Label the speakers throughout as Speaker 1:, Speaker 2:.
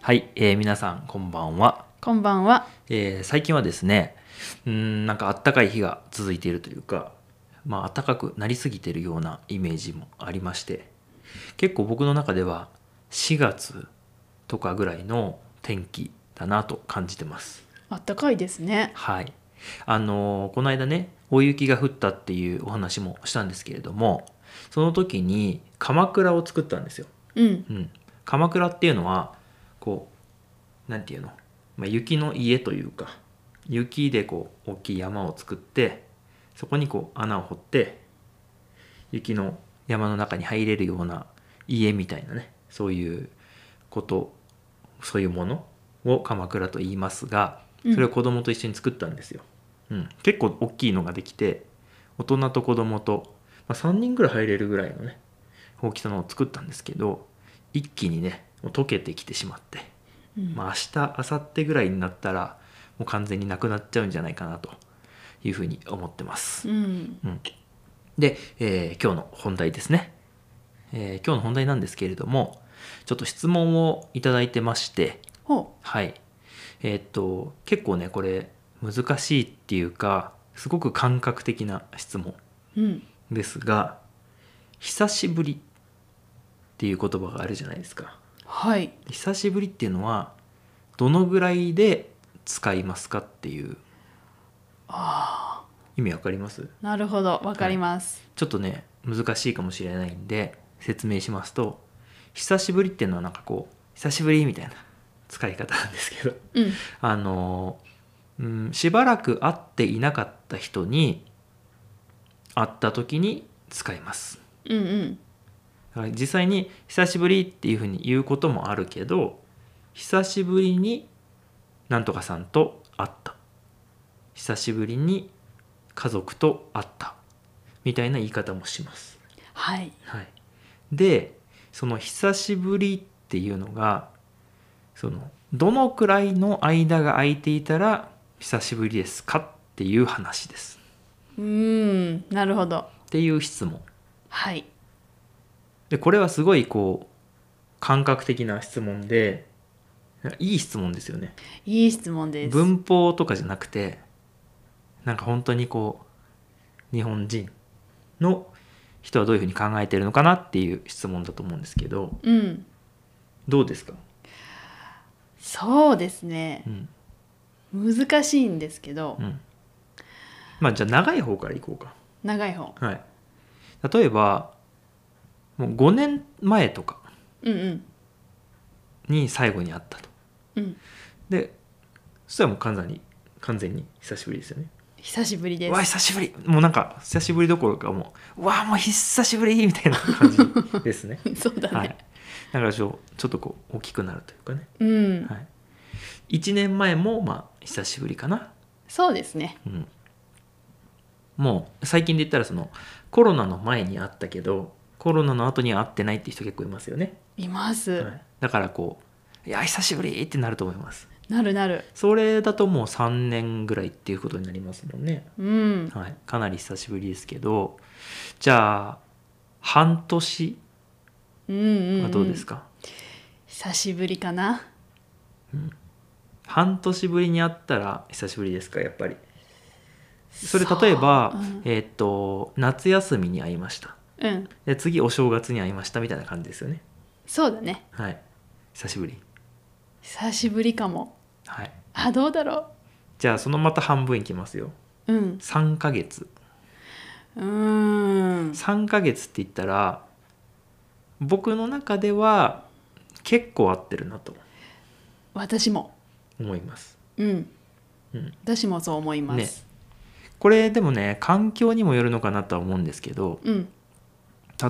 Speaker 1: はい、えー皆さんこんばんは、
Speaker 2: こんばんは。
Speaker 1: えー最近はですねうーんなんかあったかい日が続いているというかまあ暖かくなりすぎてるようなイメージもありまして結構僕の中では4月とかぐらいの天気だなと感じてます
Speaker 2: あったかいですね。
Speaker 1: はいあのーこの間ね大雪が降ったっていうお話もしたんですけれどもその時に鎌倉を作ったんですよ
Speaker 2: うん。
Speaker 1: うん、鎌倉っていうのはこうなんていうの、まあ、雪の家というか雪でこう大きい山を作ってそこにこう穴を掘って雪の山の中に入れるような家みたいなねそういうことそういうものを鎌倉と言いますが
Speaker 2: うん
Speaker 1: それを子供と一緒に作ったんですよ、うん、結構大きいのができて大人と子供と、まあ、3人ぐらい入れるぐらいのね大きさのを作ったんですけど一気にねもう溶けてきてしまって、
Speaker 2: うん
Speaker 1: まあ、明日明後日ぐらいになったらもう完全になくなっちゃうんじゃないかなというふうに思ってます
Speaker 2: う、ん。
Speaker 1: うん、で、えー今日の本題ですね、えー今日の本題なんですけれどもちょっと質問をいただいてまして
Speaker 2: ほ
Speaker 1: はい。えーっと、結構ね、これ、難しいっていうか、すごく感覚的な質問
Speaker 2: う。うん。
Speaker 1: ですが、久しぶりっていう言葉があるじゃないですか。
Speaker 2: はい。
Speaker 1: 久しぶりっていうのは、どのぐらいで使いますかっていう
Speaker 2: あ
Speaker 1: 意味わかります
Speaker 2: あ。なるほど。わかります。
Speaker 1: ちょっとね、難しいかもしれないんで、説明しますと、久しぶりっていうのはなんかこう、久しぶりみたいな使い方なんですけど。
Speaker 2: うん。
Speaker 1: あの、うん、しばらく会っていなかった人に会った時に使います。
Speaker 2: うんうん。
Speaker 1: だから実際に「久しぶり」っていうふうに言うこともあるけど久しぶりになんとかさんと会った久しぶりに家族と会ったみたいな言い方もします。
Speaker 2: はい。
Speaker 1: はい、でその「久しぶり」っていうのがそのどのくらいの間が空いていたら「久しぶりですか?」っていう話です
Speaker 2: うーん。なるほど。
Speaker 1: っていう質問
Speaker 2: はい。
Speaker 1: でこれはすごいこう感覚的な質問でいい質問ですよね
Speaker 2: いい質問です。
Speaker 1: 文法とかじゃなくてなんか本当にこう日本人の人はどういうふうに考えてるのかなっていう質問だと思うんですけど
Speaker 2: うん。
Speaker 1: どうですか、
Speaker 2: そうですね
Speaker 1: う。ん、
Speaker 2: 難しいんですけど
Speaker 1: う、ん、まあじゃあ長い方からいこうか
Speaker 2: 長い方。
Speaker 1: はい例えばもう5年前とか
Speaker 2: うんうん。
Speaker 1: に最後に会ったと
Speaker 2: うん。
Speaker 1: でそしたらもう完全に完全に久しぶりですよね
Speaker 2: 久しぶり
Speaker 1: う
Speaker 2: で
Speaker 1: わ
Speaker 2: す。
Speaker 1: 久しぶりもうなんか久しぶりどころかもううわもう久しぶりみたいな感じですね
Speaker 2: そうだね。
Speaker 1: はいだからちょちょっとこう大きくなるというかね、
Speaker 2: うん。
Speaker 1: はい、1年前もまあ久しぶりかな
Speaker 2: そうですね。
Speaker 1: うん、もう最近で言ったらそのコロナの前に会ったけどコロナの後には会ってないって人結構いますよね、
Speaker 2: います。
Speaker 1: はいだからこう「いや久しぶり!」ってなると思います
Speaker 2: なるなる。
Speaker 1: それだともう3年ぐらいっていうことになりますもんね、
Speaker 2: うん。
Speaker 1: はい、かなり久しぶりですけどじゃあ半年
Speaker 2: うんうん、う
Speaker 1: は
Speaker 2: ん。
Speaker 1: どうですか、
Speaker 2: 久しぶりかな。
Speaker 1: 半年ぶりに会ったら久しぶりですかやっぱりそれ例えば、
Speaker 2: そううん
Speaker 1: えーっと夏休みに会いました
Speaker 2: うん。
Speaker 1: で次お正月に会いましたみたいな感じですよね
Speaker 2: そうだね。
Speaker 1: はい久しぶり
Speaker 2: 久しぶりかも。
Speaker 1: はい
Speaker 2: あ、どうだろ
Speaker 1: じゃあそのまた半分いきますよ
Speaker 2: う。うん。
Speaker 1: 3ヶ月
Speaker 2: うーん。
Speaker 1: 3ヶ月って言ったら僕の中では結構合ってるなと
Speaker 2: 私も。
Speaker 1: 思います
Speaker 2: うん。
Speaker 1: うん
Speaker 2: 私もそう思います。
Speaker 1: これでもね環境にもよるのかなとは思うんですけど
Speaker 2: うん。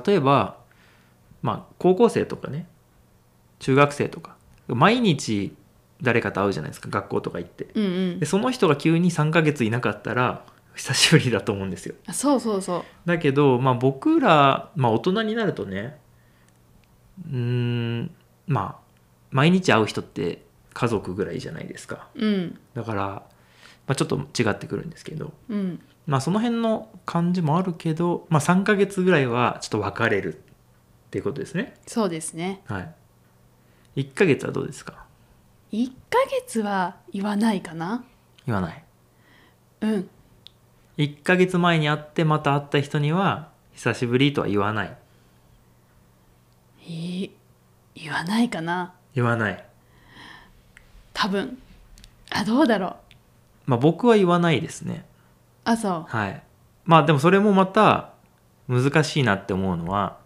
Speaker 1: 例えばまあ高校生とかね中学生とか毎日誰かと会うじゃないですか学校とか行って
Speaker 2: うんうん
Speaker 1: でその人が急に3ヶ月いなかったら久しぶりだと思うんですよ
Speaker 2: あそうそうそ
Speaker 1: だけど、まあ、僕ら、まあ、大人になるとねうーんまあ毎日会う人って家族ぐらいじゃないですか
Speaker 2: う。うん。
Speaker 1: だから、まあ、ちょっと違ってくるんですけど、
Speaker 2: うん。
Speaker 1: まあ、その辺の感じもあるけど、まあ、3ヶ月ぐらいはちょっと別れるっていうことですね
Speaker 2: そうですね。
Speaker 1: はい1ヶ月はどうですか
Speaker 2: 1ヶ月は言わないかな
Speaker 1: 言わない
Speaker 2: うん
Speaker 1: 1ヶ月前に会ってまた会った人には久しぶりとは言わない
Speaker 2: えー言わないかな
Speaker 1: 言わない
Speaker 2: 多分あどうだろう
Speaker 1: まあ僕は言わないですね
Speaker 2: あそ
Speaker 1: はいまあでもそれもまた難しいなって思うのは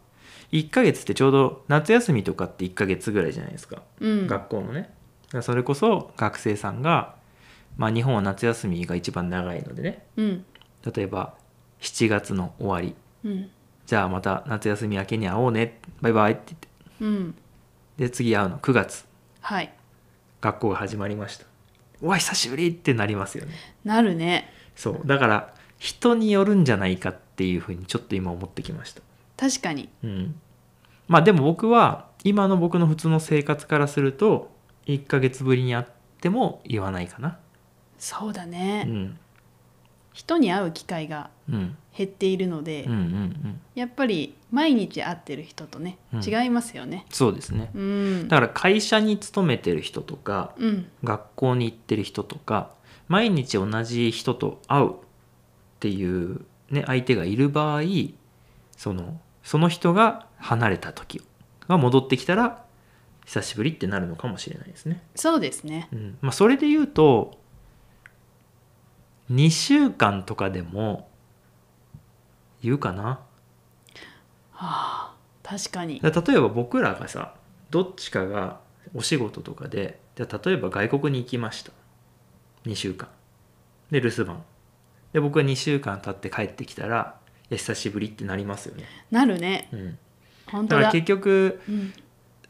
Speaker 1: 1ヶ月ってちょうど夏休みとかって1ヶ月ぐらいじゃないですか
Speaker 2: ううん
Speaker 1: 学校のねだからそれこそ学生さんが、まあ、日本は夏休みが一番長いのでね
Speaker 2: うん
Speaker 1: 例えば7月の終わり
Speaker 2: うん
Speaker 1: じゃあまた夏休み明けに会おうねバイバイって言って
Speaker 2: うん
Speaker 1: で次会うの9月
Speaker 2: はい
Speaker 1: 学校が始まりましたうわ久しぶりってなりますよね
Speaker 2: なるね
Speaker 1: そうだから人によるんじゃないかっていうふうにちょっと今思ってきました
Speaker 2: 確かに
Speaker 1: うんまあでも僕は今の僕の普通の生活からすると1ヶ月ぶりに会っても言わないかな
Speaker 2: そうだ
Speaker 1: う
Speaker 2: ね、
Speaker 1: ん
Speaker 2: 人に会う機会が
Speaker 1: うん
Speaker 2: 減っているので、
Speaker 1: うんうんうん
Speaker 2: やっぱり毎日会ってる人とね、
Speaker 1: うん
Speaker 2: 違いますよね
Speaker 1: そうですね
Speaker 2: うん
Speaker 1: だから会社に勤めてる人とか
Speaker 2: うん
Speaker 1: 学校に行ってる人とか毎日同じ人と会うっていう、ね、相手がいる場合そのその人が離れた時が戻ってきたら久しぶりってなるのかもしれないですね。
Speaker 2: そうですね
Speaker 1: うんまあ、それで言うと2週間とかでも言うかな。
Speaker 2: 確かに
Speaker 1: だから例えば僕らがさどっちかがお仕事とかでじゃあ例えば外国に行きました2週間で留守番で僕は2週間経って帰ってきたらいや久しぶりってなりますよね、
Speaker 2: なるね
Speaker 1: うん、
Speaker 2: 本
Speaker 1: だ
Speaker 2: 当
Speaker 1: か
Speaker 2: だ
Speaker 1: ら結局
Speaker 2: うん、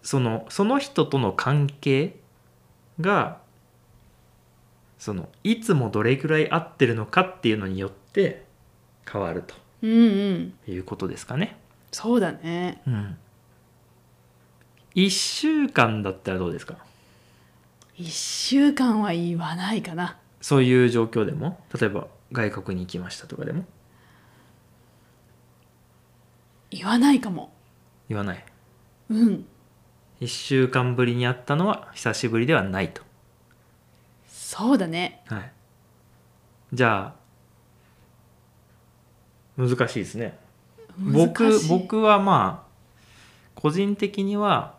Speaker 1: そのその人との関係がそのいつもどれくらい合ってるのかっていうのによって変わると
Speaker 2: うんうん
Speaker 1: いうことですかね。
Speaker 2: そうだね
Speaker 1: うん、1週間だったらどうですか
Speaker 2: 1週間は言わないかな
Speaker 1: そういう状況でも例えば外国に行きましたとかでも
Speaker 2: 言わないかも
Speaker 1: 言わない
Speaker 2: うん
Speaker 1: 1週間ぶりに会ったのは久しぶりではないと、
Speaker 2: そうだね
Speaker 1: はい、じゃあ難しいですね
Speaker 2: 難
Speaker 1: 僕
Speaker 2: しい
Speaker 1: 僕はまあ個人的には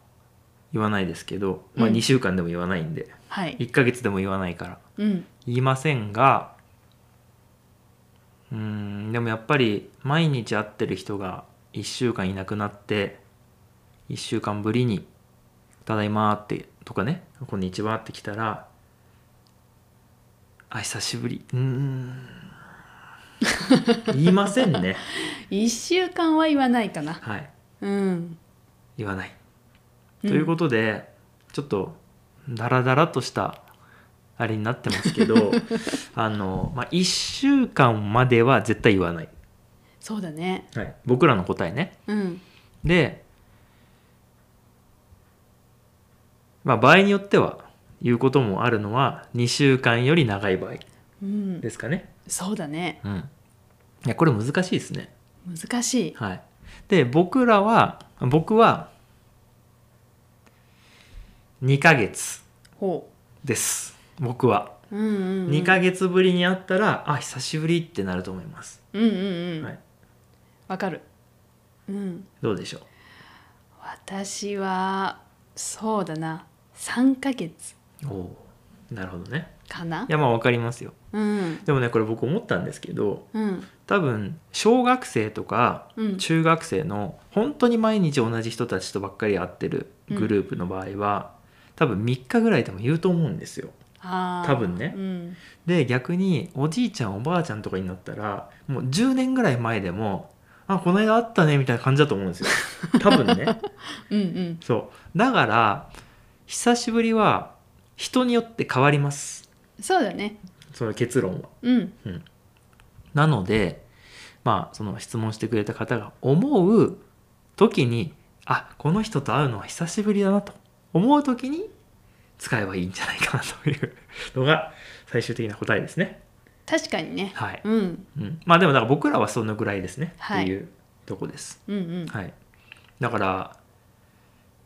Speaker 1: 言わないですけど、まあ、
Speaker 2: うん
Speaker 1: 2週間でも言わないんで、
Speaker 2: はい
Speaker 1: 1ヶ月でも言わないから
Speaker 2: うん
Speaker 1: 言いませんがうーんでもやっぱり毎日会ってる人が1週間いなくなって1週間ぶりに「ただいま」ってとかね「こんにちは」って来たら「あ久しぶり」うーん 言いませんね
Speaker 2: 1週間は言わないかな
Speaker 1: はい
Speaker 2: うん
Speaker 1: 言わない、ということでちょっとダラダラとしたあれになってますけ どあの、まあ、1週間までは絶対言わない
Speaker 2: そうだね
Speaker 1: はい、僕らの答えね
Speaker 2: うん
Speaker 1: でまあ場合によっては言うこともあるのは2週間より長い場合
Speaker 2: うん
Speaker 1: ですかね
Speaker 2: そうだね
Speaker 1: うんいやこれ難しいですね
Speaker 2: 難しい
Speaker 1: はいで僕らは僕は2ヶ月
Speaker 2: ほ
Speaker 1: です僕は
Speaker 2: ううんうんうん
Speaker 1: 2ヶ月ぶりに会ったら、あ久しぶりってなると思います
Speaker 2: うんうんうん
Speaker 1: は
Speaker 2: わ、
Speaker 1: い
Speaker 2: かるうん
Speaker 1: どうでしょう
Speaker 2: 私はそうだな3ヶ月
Speaker 1: おおーなるほどね
Speaker 2: かない
Speaker 1: やまあわかりますよ
Speaker 2: うん
Speaker 1: でもねこれ僕思ったんですけど
Speaker 2: うん
Speaker 1: 多分小学生とか
Speaker 2: うん
Speaker 1: 中学生の本当に毎日同じ人たちとばっかり会ってるグループの場合は、多分3日ぐらいでも言うと思うんですよ。
Speaker 2: あー
Speaker 1: 多分ね
Speaker 2: うん
Speaker 1: で逆におじいちゃんおばあちゃんとかになったらもう10年ぐらい前でも「あこの間会ったね」みたいな感じだと思うんですよ。多分 ね。
Speaker 2: うんうん
Speaker 1: そうだから久しぶりは人によって変わります
Speaker 2: そうだね
Speaker 1: その結論は。
Speaker 2: うん
Speaker 1: なのでまあその質問してくれた方が思う時にあこの人と会うのは久しぶりだなと思う時に使えばいいんじゃないかなというのが最終的な答えですね。
Speaker 2: 確かにね
Speaker 1: はい、
Speaker 2: うん
Speaker 1: うん、まあでもだから僕らはそのぐらいですね、
Speaker 2: はい
Speaker 1: っていうとこです。
Speaker 2: うんうん
Speaker 1: はい、だから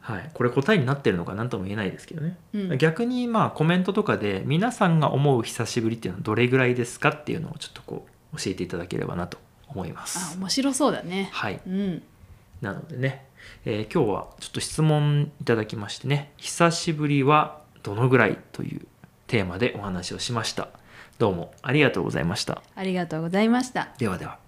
Speaker 1: はい、これ答えになってるのか何とも言えないですけどね、
Speaker 2: うん
Speaker 1: 逆にまあコメントとかで皆さんが思う久しぶりっていうのはどれぐらいですかっていうのをちょっとこう教えていただければなと思いま
Speaker 2: あ
Speaker 1: す
Speaker 2: 面白そうだね
Speaker 1: はい
Speaker 2: うん
Speaker 1: なのでね、えー今日はちょっと質問いただきましてね「久しぶりはどのぐらい?」というテーマでお話をしましたどうもありがとうございました
Speaker 2: ありがとうございました
Speaker 1: ではでは